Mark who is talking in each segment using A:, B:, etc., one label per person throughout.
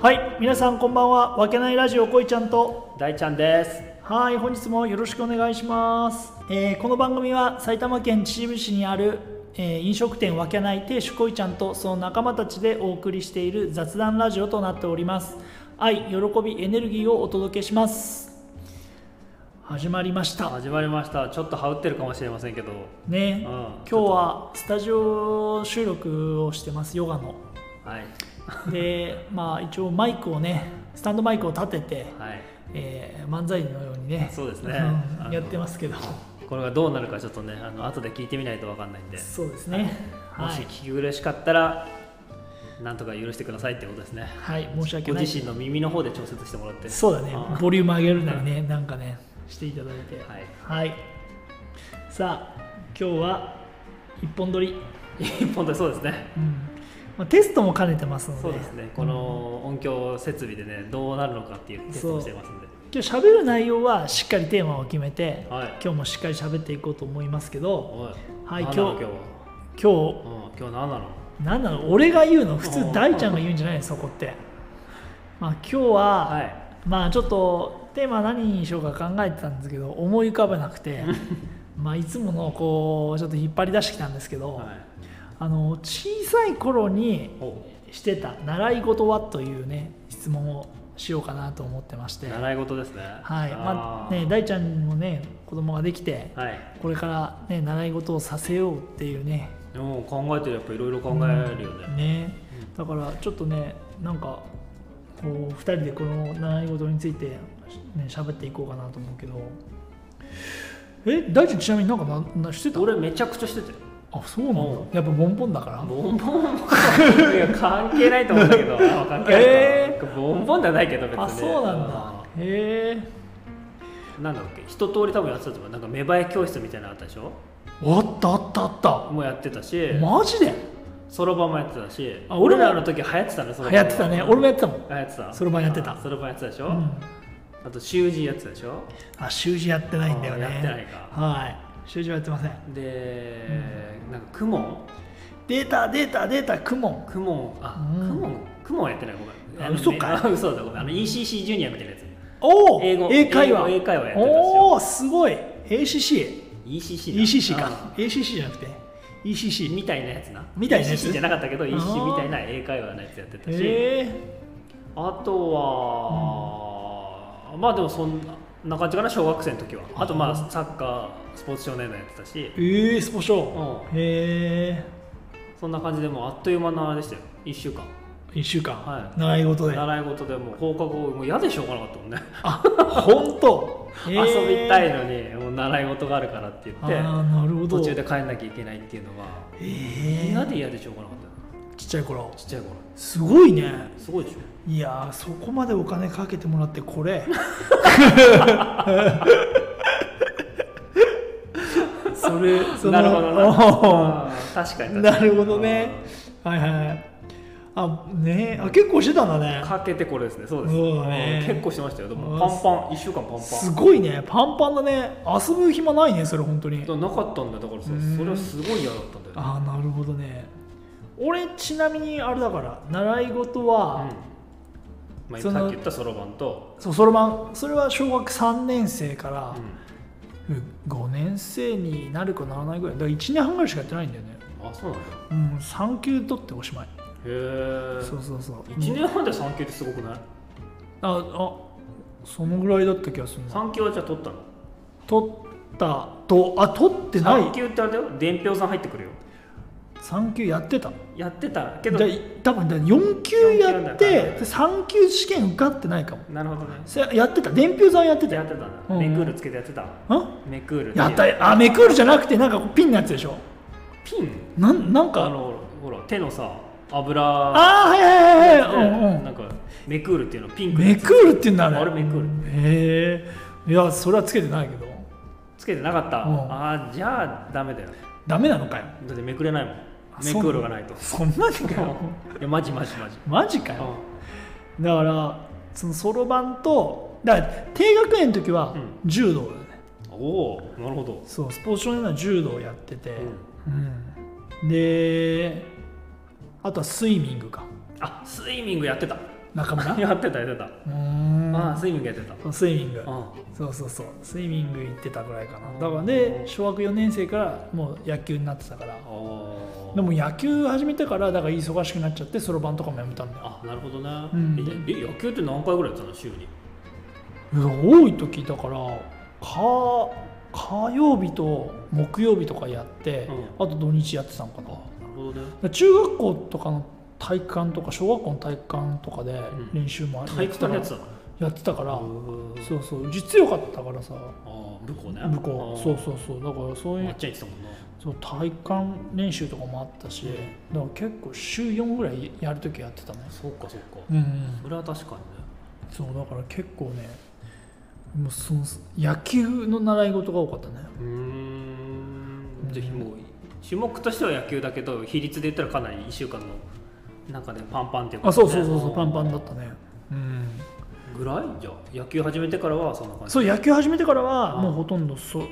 A: はい皆さんこんばんはわけないラジオこいちゃんと
B: 大ちゃんです
A: はい本日もよろしくお願いします、えーこの番組は埼玉県秩父市にある、えー飲食店わけない亭主こいちゃんとその仲間たちでお送りしている雑談ラジオとなっております愛喜びエネルギーをお届けします始まりました
B: 始まりましたちょっと羽織ってるかもしれませんけど
A: ね、
B: うん
A: 今日はスタジオ収録をしてますヨガの
B: はい
A: でまあ一応マイクをねスタンドマイクを立てて、
B: はい
A: えー漫才のようにね
B: そうですね
A: ん
B: あの
A: やってますけど
B: これがどうなるかちょっとねあの後で聞いてみないとわかんないんでもし
A: そうですねはい
B: 聞、き苦しかったらなんとか許してくださいってことですね
A: はい、申し訳
B: ご
A: ない
B: 自身の耳の方で調節してもらって
A: そうだね
B: あ
A: ボリューム上げるなりねなんかねしていただいて
B: はい
A: はい、さあ今日は一本撮り、
B: 一本でそうですね
A: うんまあ、テストも兼ねてますので
B: そうですねこの音響設備でねどうなるのかっていうテストをしてますんで
A: 今日喋る内容はしっかりテーマを決めて、
B: はい
A: 今日もしっかり喋っていこうと思いますけど
B: おい
A: はい
B: 何な
A: 今
B: の
A: 日
B: 今
A: 今
B: 日はうん今日何なの
A: 日何なの俺が言うの普
B: おう
A: 通大ちゃんが言うんじゃないのそこって、まあ、今日は、
B: はい
A: まあちょっとテーマ何にしようか考えてたんですけど思い浮かばなく てまあいつものをこうちょっと引っ張り出してきたんですけど、
B: はい
A: あの小さい頃に
B: お
A: してた習い事はというね質問をしようかなと思ってまして。
B: 習い事ですね
A: はい、まあ
B: ー
A: ね、大ちゃんにもね子供ができて、
B: はい
A: これから、ね、習い事をさせようっていうね
B: でも考えてるやっぱいろいろ考えるよね、
A: ねだからちょっとねなんかこう2人でこの習い事についてね喋っていこうかなと思うけどえ大ちゃんちなみになんかななしてた
B: 俺めちゃくちゃしてたよ
A: あそうなんだ
B: うん
A: やっぱボンボンだから
B: ボンボンもいや関係ないと思うんだけどあ関係ないか、
A: え
B: ボンボンじゃないけど別に
A: あそうなんだへえ
B: うんなんだっけ一通り多分やってたと思うなんか芽生え教室みたいなのあったでしょ
A: あったあったあった
B: もうやってたし
A: マジで
B: そろばんもやってたし
A: あ俺
B: 俺
A: も
B: らの時流行ってたねそろばん
A: 流行ってたね俺もやってたもん
B: 流行ってた
A: そろばんやってた
B: あそろばんやってたでしょ、
A: うん
B: あと習字やってたでしょ
A: あ習字やってないんだよね
B: あやってないか
A: はい習字はやってません
B: で、なんか雲
A: データデータデータクモン
B: 雲あ
A: うん
B: 雲雲はやってないごめん
A: あ
B: あの
A: 嘘か
B: ねあ嘘だごめんあの ECC ジュニアみたいなやつ
A: おお
B: 英語
A: 英会話
B: 英語英会話やってたんですよ
A: おおすごい ACC
B: ECC だ
A: ECC か
B: あ
A: ACC じゃなくて ECC
B: ーみたいなやつな
A: みたいなやつ
B: ECC じゃなかったけど
A: あー
B: ECC みたいな英会話のやつやってたし、
A: え
B: あとは、まあでもそんな感じかな小学生の時はあとまあサッカースポーツ少年団やってたし
A: ー、えー、スポシ
B: う
A: ョ
B: ん、
A: へえ
B: そんな感じでもうあっという間のあれでしたよ1週間
A: 1週間、
B: はい
A: 習い事で
B: 習い事でもう放課後もう嫌でしょうがなかったもんね、
A: あ本当
B: 遊びたい
A: な
B: のにもう習い事があるからって言
A: あ
B: って
A: ーなるほど
B: 途中で帰んなきゃいけないっていうのが
A: えー
B: 嫌で嫌でしょうがなかったよ
A: ちっちゃい頃
B: ちっちゃい頃
A: すごいね
B: すごいでしょ
A: いやーそこまでお金かけてもらってこ れそれその
B: なるほどな
A: おー
B: あー確かに確かに
A: なるほどねはいはいあねあ結構してたんだ
B: あー
A: ね
B: かけてこれですねそうです
A: そうだね
B: うん結構してましたよでも
A: うん
B: パンパン1週間パンパン
A: すごいねパンパンだね遊ぶ暇ないねそれ本当に
B: だからなかったんだよだからそ
A: うん
B: それはすごい嫌だったんだよ
A: ああなるほどね俺ちなみにあれだから習い事は、
B: うんまあ、
A: その
B: さっき言ったそろばんと、
A: そうそろばんそれは小学3年生か
B: う
A: ら
B: ん、
A: 5年生になるかならないぐらいだから1年半ぐらいしかやってないんだよね
B: あそうなんだ
A: うん3級取っておしまい
B: へえ
A: そうそうそう
B: 1年半で3級ってすごくない
A: ああそのぐらいだった気がするな
B: 3級はじゃあ取ったの
A: 取ったとあ取ってない
B: 3級ってあれだよ伝票さん入ってくるよ
A: 3級やってた
B: やってた
A: け
B: けど
A: ど多分だ4級や
B: 四級な
A: っ
B: ん
A: て
B: だ
A: で3級試験受かってないかも
B: なるほどね
A: それやってた伝票算やってた
B: や
A: よ
B: ってたん
A: う
B: だ
A: ん
B: めくるつけてやってた
A: ん
B: めくるていう
A: やったあめくるじゃなくてなんかこうピンのやつでしょ
B: ピン
A: なんなん
B: あ
A: か
B: のほら手のさ油
A: ああはいはいはいはい、うんう、
B: なんんかめくるっていうのピンクの
A: め
B: やつ
A: くるって言うんだあれ
B: あれめくる
A: へえいやそれはつけてないけど
B: つけてなかった
A: うん
B: ああじゃあダメだよ
A: ダメなのかよ
B: だってめくれないもん
A: あ
B: めくるがないと
A: そんなにかよ
B: いやマジマジマジ
A: マジか
B: う
A: よ
B: ん
A: だからそのそろばんとだから低学年の時は
B: うん
A: 柔道だね、
B: おおなるほど
A: そうスポーツ少年団は柔道をやってて、うんであとはスイミングか
B: あスイミングやってた
A: 中 村う
B: やってたやってた、
A: ーん
B: ああスイミングやってた
A: そうスイミング
B: うん
A: そうそうそうスイミング行ってたぐらいかなだからね小学4年生からもう野球になってたから
B: おー
A: でも野球始めてからだから忙しくなっちゃってそろばんとかもやめたんだよ
B: あなるほどね、
A: うん
B: ええ野球って何回ぐらいやってたの週に
A: いや多い時だからか火曜日と木曜日とかやって、あと土日やってたのかなだか
B: なるほどね
A: ら中学校とかの体育館とか小学校の体育館とかで
B: ん
A: 練習もや
B: 体
A: っ
B: 育
A: てた
B: 館
A: から,、
B: でやってたの
A: やってたから、
B: うー
A: そうそう実良かったからさ
B: ああ武校ね
A: 向こう
B: あー
A: そうそうそうだからそうい
B: まっ
A: う
B: ちゃん言ってたもんな
A: そう体育館練習とかもあったし、だから結構週4ぐらいやる時やってたね
B: そうかそうか
A: うん、うん
B: それは確かにね
A: そうだから結構ねもうその野球の習い事が多かったね
B: うーん
A: うん
B: ぜひもう種目としては野球だけど比率で言ったらかなり1週間の中でパンパンっていうか、
A: あそうそうそうそうパンパンだ
B: っ
A: ったねうん
B: たぐらいじゃあ野球始めてからはそんな感じ
A: そう野球始めてからは
B: あ
A: もうほとんどそう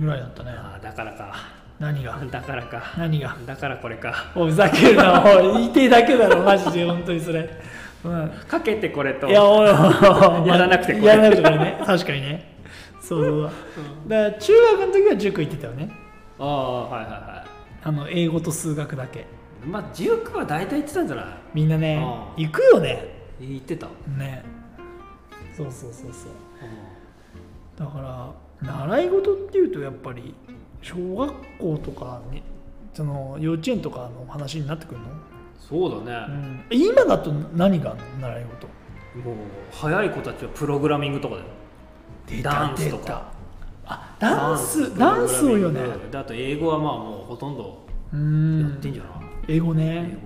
A: ぐらいだったね
B: ああだから か
A: 何が
B: だからか
A: 何が
B: だからこれか
A: おいふざけるなおい言いてえだけだろマジで本当にそれうん
B: かけてこれと
A: いやおいおい
B: やらなくてこれ
A: やらなくてこれね確かにねそうそうそうだから中学の時は塾行ってたよね
B: ああはいはいは
A: あの英語と数学だけ
B: いまあ19は大体言ってたんじゃな
A: みんなね
B: あ
A: 行くよね
B: い言ってた
A: ねそうそうそうそうだから習い事っていうとやっぱり小学校とかねその幼稚園とかの話になってくるの、
B: そうだ
A: う
B: ね、
A: ん、今だと何があんの習い事
B: もう早い子たちはプログラミングとかだよ
A: 出た
B: ダンスと
A: 出
B: か
A: たあダンス
B: プログラ
A: ダ
B: ミン
A: ン
B: グ
A: スをよね
B: であと英語はまあもうほとんど
A: う
B: やってん
A: ん
B: じゃない、
A: 英語
B: 英
A: ね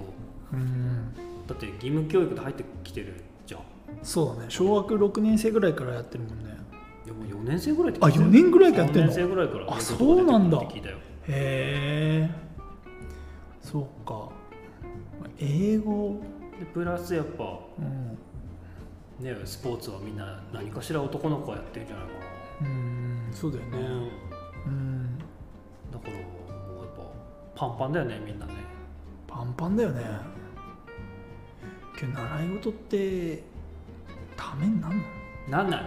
B: 語
A: うん
B: だって義務教育で入ってきてるじゃん
A: そうだね小学6年生ぐらいからやってるもんね
B: でも4年生ぐらいって
A: あ4年ぐらいからやってん
B: 4
A: の
B: 年生ぐらいから
A: あそうなんだ
B: 英語とか出てくるって聞い
A: へえそうか英語
B: たよでプラスやっぱ
A: うん
B: ねスポーツはみんな何かしら男の子はやってるんじゃないか
A: うんそうだよ
B: な、
A: ね
B: うん
A: うん
B: だからもうやっぱパンパンだよねみんなね
A: パンパンだよねけど習い事ってためになんの
B: なんない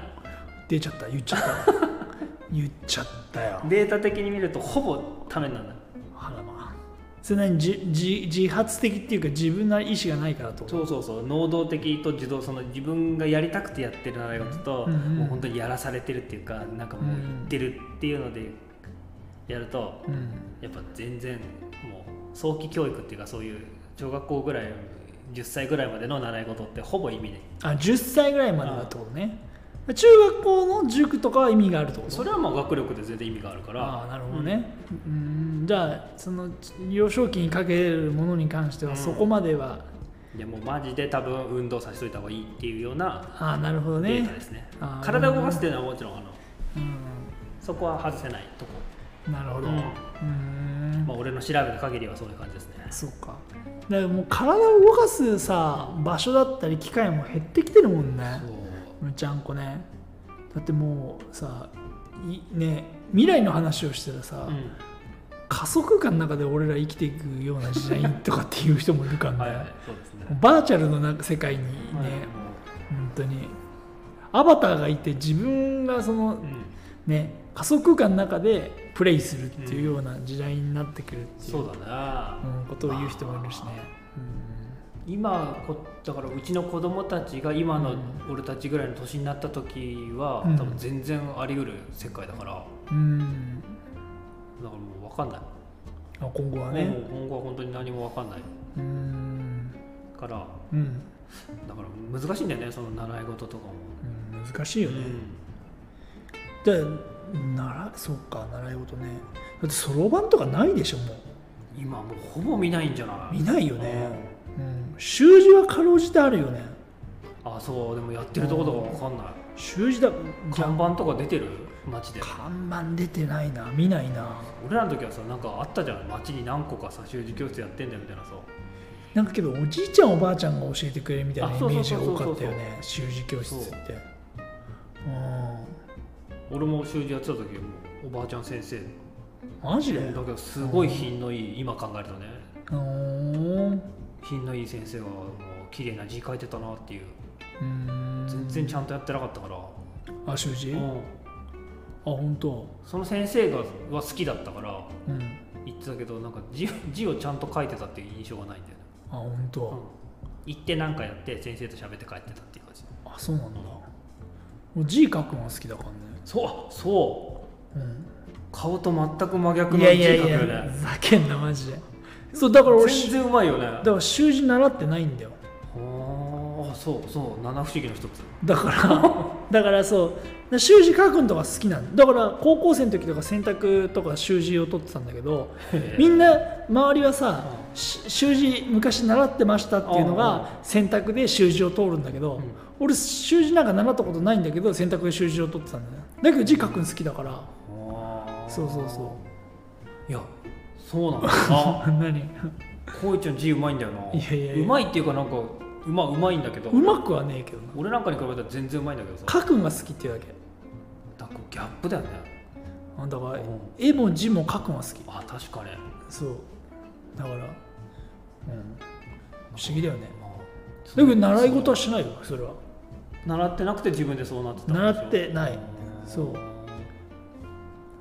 A: 出ちゃった言っちゃった 言っちゃったよ
B: データ的に見るとほぼためにならない
A: あらまあそれ何じじ自発的っていうか自分の意思がないからってこと
B: そうそうそう能動的と自動その自分がやりたくてやってる習い事と、
A: うんうん
B: もう本当にやらされてるっていうかなんかもう言ってるっていうのでやると、
A: うん
B: やっぱ全然もう早期教育っていうかそういう小学校ぐらい10歳ぐらいまでの習い事ってほぼ意味ない
A: あ10歳ぐらいまでだってことね中学校の塾とかは意味があるってこと
B: それはまあ学力で全然意味があるから
A: ああなるほどね、うん、じゃあその幼少期にかけるものに関して
B: う
A: は
B: ん
A: そこまでは、
B: いやもうマジで多分運動させといた方がいいっていうような
A: ああなるほど
B: データ
A: ね
B: ですね
A: あー
B: 体を動かすっていうのはもちろんあの
A: うん
B: そこは外せないとこ、
A: なるほど、
B: うん
A: うん
B: まあ、俺の調べた限りはそういう感じですね
A: そうかだからもう体を動かすさ場所だったり機会も減ってきてるもんね
B: そう
A: むちゃんこねだってもうさいね未来の話をしてたらさ、
B: うん
A: 仮想空間の中で俺ら生きていくような時代とかっていう人もいるからね、
B: はいはい、そうですね。
A: バーチャルのなんか世界にね、本当にアバターがいて自分がその
B: うん、
A: ね仮想空間の中でプレイするっていうような時代になってくるっていう、
B: そうだね。
A: うんことを言う人もいるしね、
B: 今こだからうちの子供たちが今の俺たちぐらいの年になった時は、
A: うん
B: 多分全然あり得る世界だから、だか
A: うんうん
B: らもう分かんない。
A: あ今後は
B: も
A: ね
B: う今後は本当に何も分かんない
A: うん、
B: から、だか
A: うん
B: ら難しいんだよね、その習い事とかも。
A: うん難しいよね、でならそうか習い事ねだってそろばんとかないでしょも
B: うん今もうほぼ見ないんじゃな
A: う
B: い
A: 見ないよね、うん、習字はかろうじてあるよね
B: あ、そう、でもやってるとことか分かんない。
A: 習字だ
B: 看板とか出てる街で。
A: 看板出てないな見ないな
B: 俺らの時はさなんかあったじゃん街に何個かさ習字教室やってんだよみたいなさ
A: なんかけどおじいちゃんおばあちゃんが教えてくれるみたいな
B: あ
A: イメ
B: そうそ
A: ー
B: う
A: ジ
B: そう
A: が
B: そう
A: 多かったよね習字教室ってう
B: 俺も習字やってた時もうおばあちゃん先生だ
A: んマジ
B: け
A: で
B: どすごい品のいい今考えるとね
A: うん
B: 品のいい先生はもう綺麗な字書いてたなっていう
A: うーん
B: 全然ちゃんとやってなかったから、
A: あ習字
B: う
A: あ
B: ん
A: 本当
B: その先生がは好きだったから
A: うん
B: 言ってたけどなんか字字をちゃんと書いてたっていう印象がないんだよね、
A: あ本当、
B: うん、行って何かやって先生と喋って帰ってたっていう感じ
A: あそうなんだもう字書くのが好きだからね
B: そうそう
A: う
B: 顔と全く真逆
A: ん、い
B: の
A: や
B: 字
A: いや
B: 書
A: い
B: く
A: や
B: よ
A: ふ
B: ね
A: ざけんなマジでそうだから俺
B: 全
A: だ
B: 然うまいよね
A: から習字習ってないんだよ
B: ああそうそう七不思議の一 つ
A: だから だからそうだから習字書くのとか好きなんだだから高校生の時とか選択とか習字を取ってたんだけどみ
B: な、
A: んな周りはさし習字昔習ってましたっていうの
B: うんうん
A: が選択で習字を通るんだけど
B: うん
A: 俺習字なんか習ったことないんだけど選択で習字を取ってたんだよだけど字書くの好きだから
B: あー
A: そうそうそう
B: いやそうなんだよな
A: 何
B: こういちゃん字うまいんだよない
A: やいやいや
B: うまいっていうかなんかうまうまいんだけど
A: うまくはねえけどな
B: 俺なんかに比べたら全然うまいんだけどさ
A: 書くんが好きっていうだけ
B: だからギャップだよね
A: あだから
B: うん
A: 絵も字も書くんが好き
B: あ確かに、
A: そうだから、うん、不思議だよね
B: まあ
A: だけど習い事はしないよそれは
B: 習ってなくて自分でそうなってたんでしょ
A: 習ってないそうだか
B: ん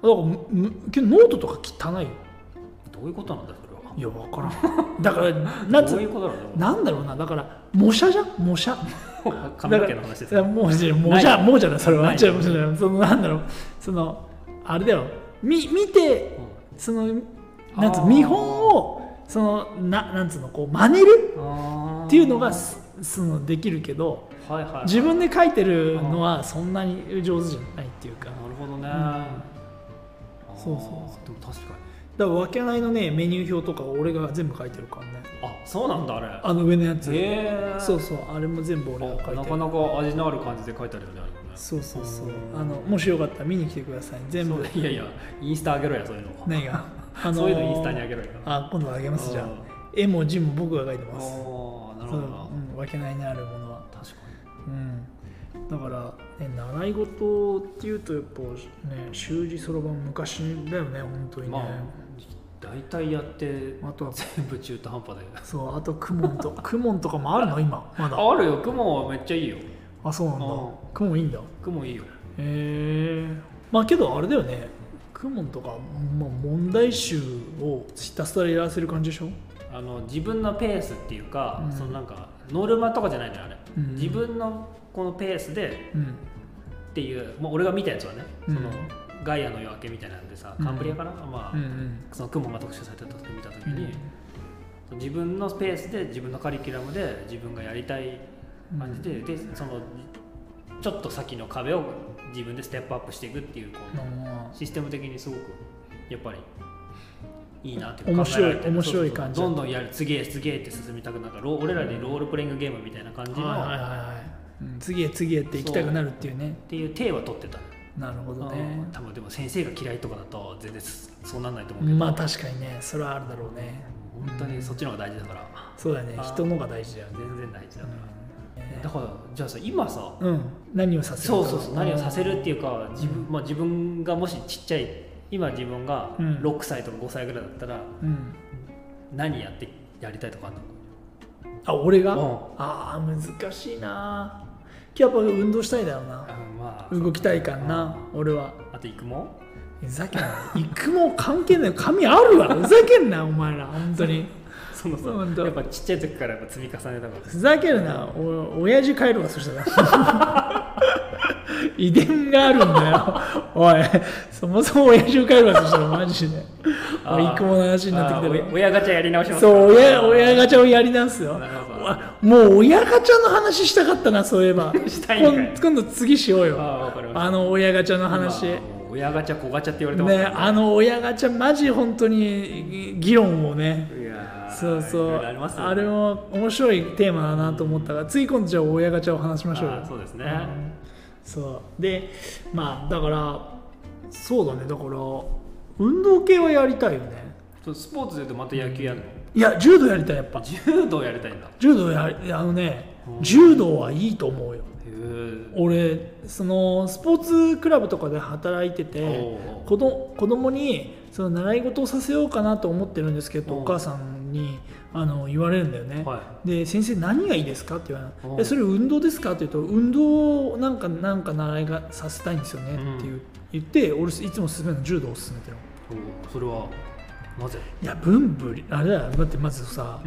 A: らむむけどノートとか汚いよ
B: どういうことなんだそれはい
A: や分からん だからなんつ
B: どういううことなんだろう
A: なんだろうなだから模写じゃん模写
B: 髪の毛の話です
A: だからもうじゃもうじゃもうじゃないそれは
B: ない
A: じゃもうじゃないそのなんだろうそのあれだよみ見てそのなんつ
B: あ
A: う
B: ー
A: 見本をそのななんつうのこう真似る
B: っ
A: っていうのがすそのできるけど
B: はいはい、
A: 自分で書いてるのはそんなに上手じゃないっていうか
B: なるほどね、
A: そうそう
B: そうでも確かに
A: だから分けないのねメニュー表とか俺が全部書いてるからね
B: あそうなんだあれ
A: あの上のやつ、
B: へえ
A: そうそうあれも全部俺が書いて
B: あ
A: る
B: なかなか味のある感じで書いてあるよねあれもね
A: そうそうそう
B: うん
A: あのもしよかったら見に来てください全部
B: そういやいやインスタあげろやそういうの、
A: 何が、 あ
B: そういうのインスタにあ
A: げ
B: げろや
A: あ今度あげますじゃ
B: あ
A: ん絵も字も僕が書いて
B: あ
A: ます
B: ーなる
A: そ
B: ほ
A: う、
B: どな
A: うん、分けないにあるものは
B: 確か
A: うんだから、ね、習い事っていうとやっぱね習字そろばん昔だよね本当に
B: に
A: ね、
B: まあ大体やって
A: あ、とは
B: 全部中途半端で
A: そうあと公文と 公文とか もあるの今まだ
B: ああるよ雲はめっちゃいいよ
A: あそうなんだ
B: うん
A: 公文いいんだへ
B: 雲いいよ
A: えまあけどあれだよね公文とか、まあ、問題集をひたすらやらせる感じでしょ
B: あの自分のペースっていうか、
A: うん
B: そのなんかノルマとかじゃないのよあれ、
A: うん
B: 自分のこのペースで
A: うん
B: っていう、まあ、俺が見たやつはね、
A: うん
B: そのガイアの夜明けみたいなんでさ
A: うん
B: カンブリアかな、まあ、
A: うんうん
B: その雲が特集されてた時見た時
A: う
B: に、
A: ん
B: 自分のペースで自分のカリキュラムで自分がやりたい感じで、でそのちょっと先の壁を自分でステップアップしていくっていうこう
A: あ
B: システム的にすごくやっぱりいいなって
A: 面白い
B: 考えられてる
A: 面白い
B: そうそうそう
A: 感じ
B: どんどんやる次へ次へって進みたくなるからロー俺らでロールプレイングゲームみたいな感じ
A: ー
B: の、
A: はいはいはいはい、うん、次へ次へって行きたくなるっていうね
B: っていう体は取ってた、
A: なるほどね
B: うん多分でも先生が嫌いとかだと全然すそうなんないと思うけど、
A: まあ確かにねそれはあるだろうね
B: 本当にそっちの方が大事だから
A: そうだね
B: あー
A: 人のが大事だよね、
B: 全然大事だ
A: う
B: か
A: ん
B: ら、だからじゃあさ今さ
A: うん、何をさせるか
B: そうそうそう何をさせるっていうか自分,、まあ、自分がもしちっちゃい今自分が
A: うん
B: 6歳とか5歳ぐらいだったら
A: うん
B: 何やってやりたいとかあるの
A: あ俺が、
B: うん
A: あー難しいなやっぱ運動したいだろうな
B: うんまあ
A: 動きたいからな俺は
B: あと 育毛
A: ふざけんな育毛関係ない髪あるわふざけんなお前ら本当に
B: その
A: 本
B: さ
A: 当
B: やっぱちっちゃい時からやっぱ積み重ねたから
A: ふざけるなお親父帰るわそしたら 遺伝があるんだよおいそもそも親父帰るわそしたらマジで
B: あ
A: おい
B: ー
A: 育毛の話になってきた
B: あ
A: け
B: ーお親ガチャやり直し
A: ど
B: ます
A: そう親親ガチャをやりなんすよ
B: なるほど
A: わもう親ガチャの話したかったなそういえば
B: したいんかい
A: 今今度次しよう
B: あ
A: よ
B: あわかりました
A: あの親ガチャの話
B: 今もう親ガチャ子ガチャって言われてます
A: ねあの親ガチャマジ本当に議論をね
B: いやー
A: そうそ
B: いうろいろあ
A: あ,、
B: ります
A: れ
B: を
A: も面白いテーマだなと思ったから次今度じゃあ親ガチャを話しましょうよ
B: そうですね、
A: そうでまあだからそうだねだから運動系はやりたいよね
B: そうスポーツで言うとまた野球やるの、
A: いや柔道やりたいやっぱ
B: 柔道やりたいんだへ
A: 柔道やりあのね
B: うん
A: 柔道はいいと思うよ
B: え
A: 俺そのスポーツクラブとかで働いて
B: お
A: て
B: うおう
A: 子ど子供にその習い事をさせようかなと思ってるんですけど
B: うん
A: お母さんにあの言われるんだよね、
B: はい
A: で先生何がいいですかって言われ
B: う
A: る
B: ん
A: えそれ運動ですかって言うと運動をなんかなんか習いがさせたいんですよねって言う、
B: うん
A: 言って俺いつも勧めるの柔道を勧めてる
B: おそれはなぜ、
A: いや文武あれだよだってまずさ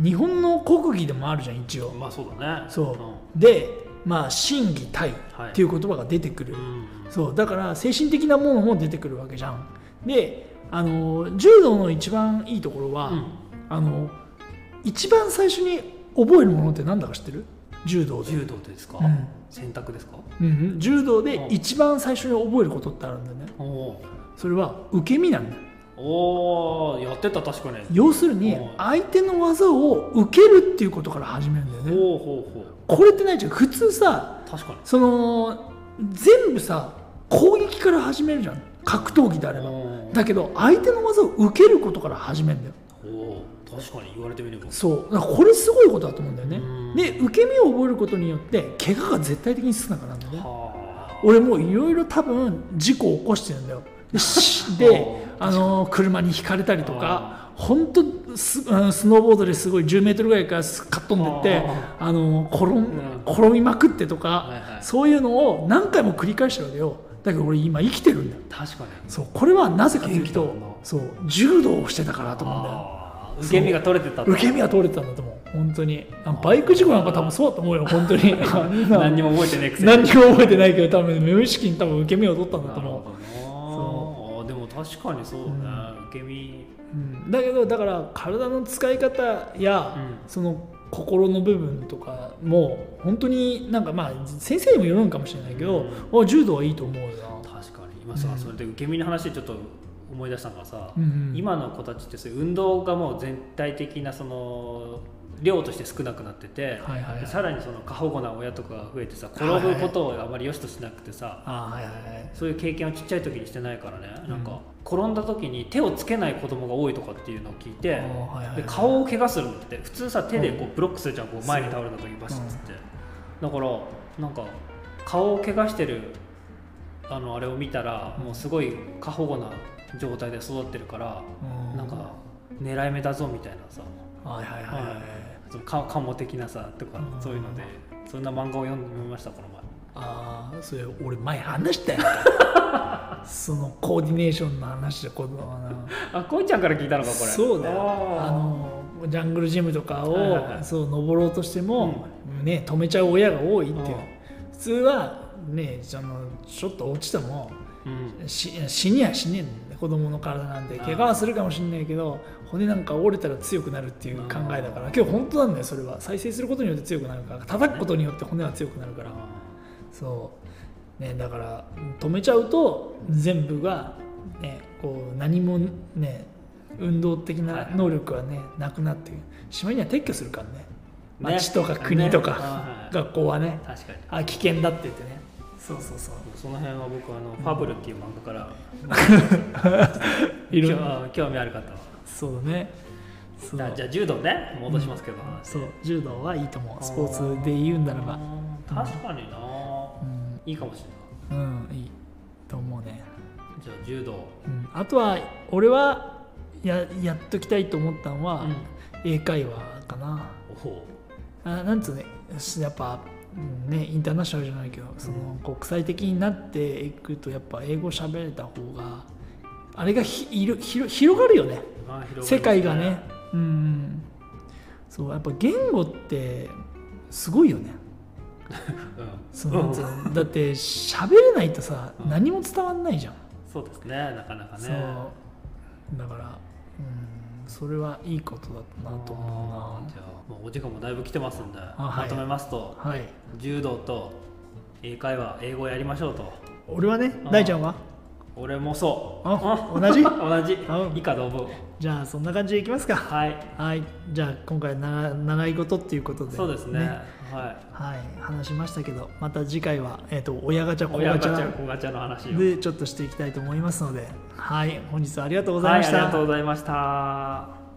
B: う
A: 日本の国技でもあるじゃん一応
B: ん、まあそうだね
A: そう、
B: ん
A: でまあ心技体っていう言葉が出てくる、
B: うん
A: そうだから精神的なものも出てくるわけじゃんであの柔道の一番いいところは、
B: うん
A: あの一番最初に覚えるものって何だか知ってる柔道で、
B: 柔道ですか、
A: うん
B: 選択ですか
A: うんうん、柔道で
B: うん
A: 一番最初に覚えることってあるんだよね
B: おお
A: それは受け身なんだよ
B: おーやってた確かに
A: 要するに
B: うん
A: 相手の技を受けるっていうことから始めるんだよね
B: ほうほうほう
A: これってないじゃん普通さ
B: 確かに
A: その全部さ攻撃から始めるじゃん格闘技であれば
B: おー
A: だけど相手の技を受けることから始めるんだよ
B: おー確かに言われてみれば
A: そうだからこれすごいことだと思うんだよね
B: うん
A: で受け身を覚えることによって怪我が絶対的に少なくなるんだよね
B: は
A: 俺もういろいろ多分事故を起こしてるんだよでし であの車にひかれたりとか本当スうんスノーボードですごい1 0ルぐらいからすかっ飛んでってあの転ん
B: ん
A: 転びまくってと
B: あはい
A: か
B: はい
A: そういうのを何回も繰り返してるわけよだけど俺今生きてるんだよ
B: 確かに
A: そうこれはなぜかというと
B: 元気だもんな
A: そう柔道をしてたからだと思うんだよ
B: あー受け身が取れてたと
A: 受け身が取れてたんだと思う本当にあバイク事故なんか多分そうだと思うよ本当に あんな
B: 何にも覚えてねえくせに
A: 何にも覚えてないけど多分無意識に多分受け身を取ったんだと
B: なる
A: 思
B: ほどなあーでも確かにそうだね、受け身
A: う、うん、だけどだから体の使い方や、
B: うん
A: その心の部分とかも本当になんかまあ先生にもよるんかもしれないけど、お柔道はいいと思うよな、
B: 確かに今さ、それで受け身の話でちょっと思い出したのがさ、
A: うん
B: 今の子たちってそういう運動がもう全体的なその量として少なくなってて、
A: はいはいはい
B: さらにその過保護な親とかが増えてさ転ぶことをあまり良しとしなくてさ、
A: あーはいはいはい
B: そういう経験をちっちゃい時にしてないからね、なんか転んだ時に手をつけない子供が多いとかっていうのを聞いて、
A: あーはいはいはい
B: で顔を怪我するのって普通さ手でこうブロックするじゃんこう前に倒れた時バシッつって、だからなんか顔を怪我してるあのあれを見たらもうすごい過保護な状態で育ってるから、
A: うん
B: なんか狙い目だぞみたいなさ、
A: はいはいはいはい、
B: そのカカモ的なさとか
A: うん
B: そういうのでそんな漫画を読みましたこの前。
A: ああそれ俺前話したよ そのコーディネーションの話でこのな
B: あ、こいちゃんから聞いたのかこれ。
A: そうだよ
B: あー
A: あのジャングルジムとかを、
B: はいはいはい
A: そう登ろうとしても、ね、止めちゃう親が多いっていう普通は、ね、そのちょっと落ちても
B: うん
A: し死には死ねえんだよ子供の体なんて怪我はするかもしれないけど骨なんか折れたら強くなるっていう考えだから今日本当なんだよそれは再生することによって強くなるから叩くことによって骨は強くなるから。そう、ね、だから止めちゃうと全部が、ね、こう何もね運動的
B: は
A: ない能力はねなくなってしまいには撤去するからね町とか
B: ね
A: 国と
B: ね
A: か
B: はい
A: 学校はね
B: 確かに
A: あ危険だって言ってねそうそうそう
B: その辺は僕あの、ファブルっていう漫画から
A: いろいろ
B: 興興味ある方は
A: そうだねそう
B: じゃあじゃあ柔道ね戻しますけど、話
A: そう柔道はいいと思うスポーツで言うんならば
B: 確かにな、
A: うん、
B: いいかもしれ
A: うん、いいと思うね
B: ないじゃあ柔道
A: うん、あとは俺はややっときたいと思ったのは、
B: うん
A: 英会話かな
B: おお
A: あなんつうねしやっぱ、うんねインターナショナルじゃないけどその国際的になっていくとやっぱ英語喋れた方があれがひいろひろ広がるよね
B: まあ広がります
A: 世界がねうんそうやっぱ言語ってすごいよね
B: うん
A: そのなんつうのだって喋れないとさ
B: うん
A: 何も伝わんないじゃん
B: そうですねなかなかね
A: そうだからうんそれはいいことだったなと思
B: あー
A: う
B: じゃあもうお時間もだいぶ来てますんで
A: はい
B: まとめますと
A: なはい
B: 柔道と英会話英語をやりましょうと
A: 俺はね
B: あー
A: 大ちゃんは
B: 俺もそう
A: あ
B: うん
A: 同じ
B: 同じ
A: うん
B: 以下同文
A: じゃあそんな感じでいきますか
B: はい
A: はいじゃあ今回な習い事っていうことで
B: そうですねはい
A: はい話しましたけどまた次回は、えー、と親ガチャ子
B: 親
A: ガ
B: ガ
A: チ
B: チ
A: ャ
B: ャ、小ガチャの話を。
A: でちょっとしていきたいと思いますのではい本日はありがとうござ
B: はいい、
A: ま
B: あ
A: し
B: り
A: た、
B: がとうございました。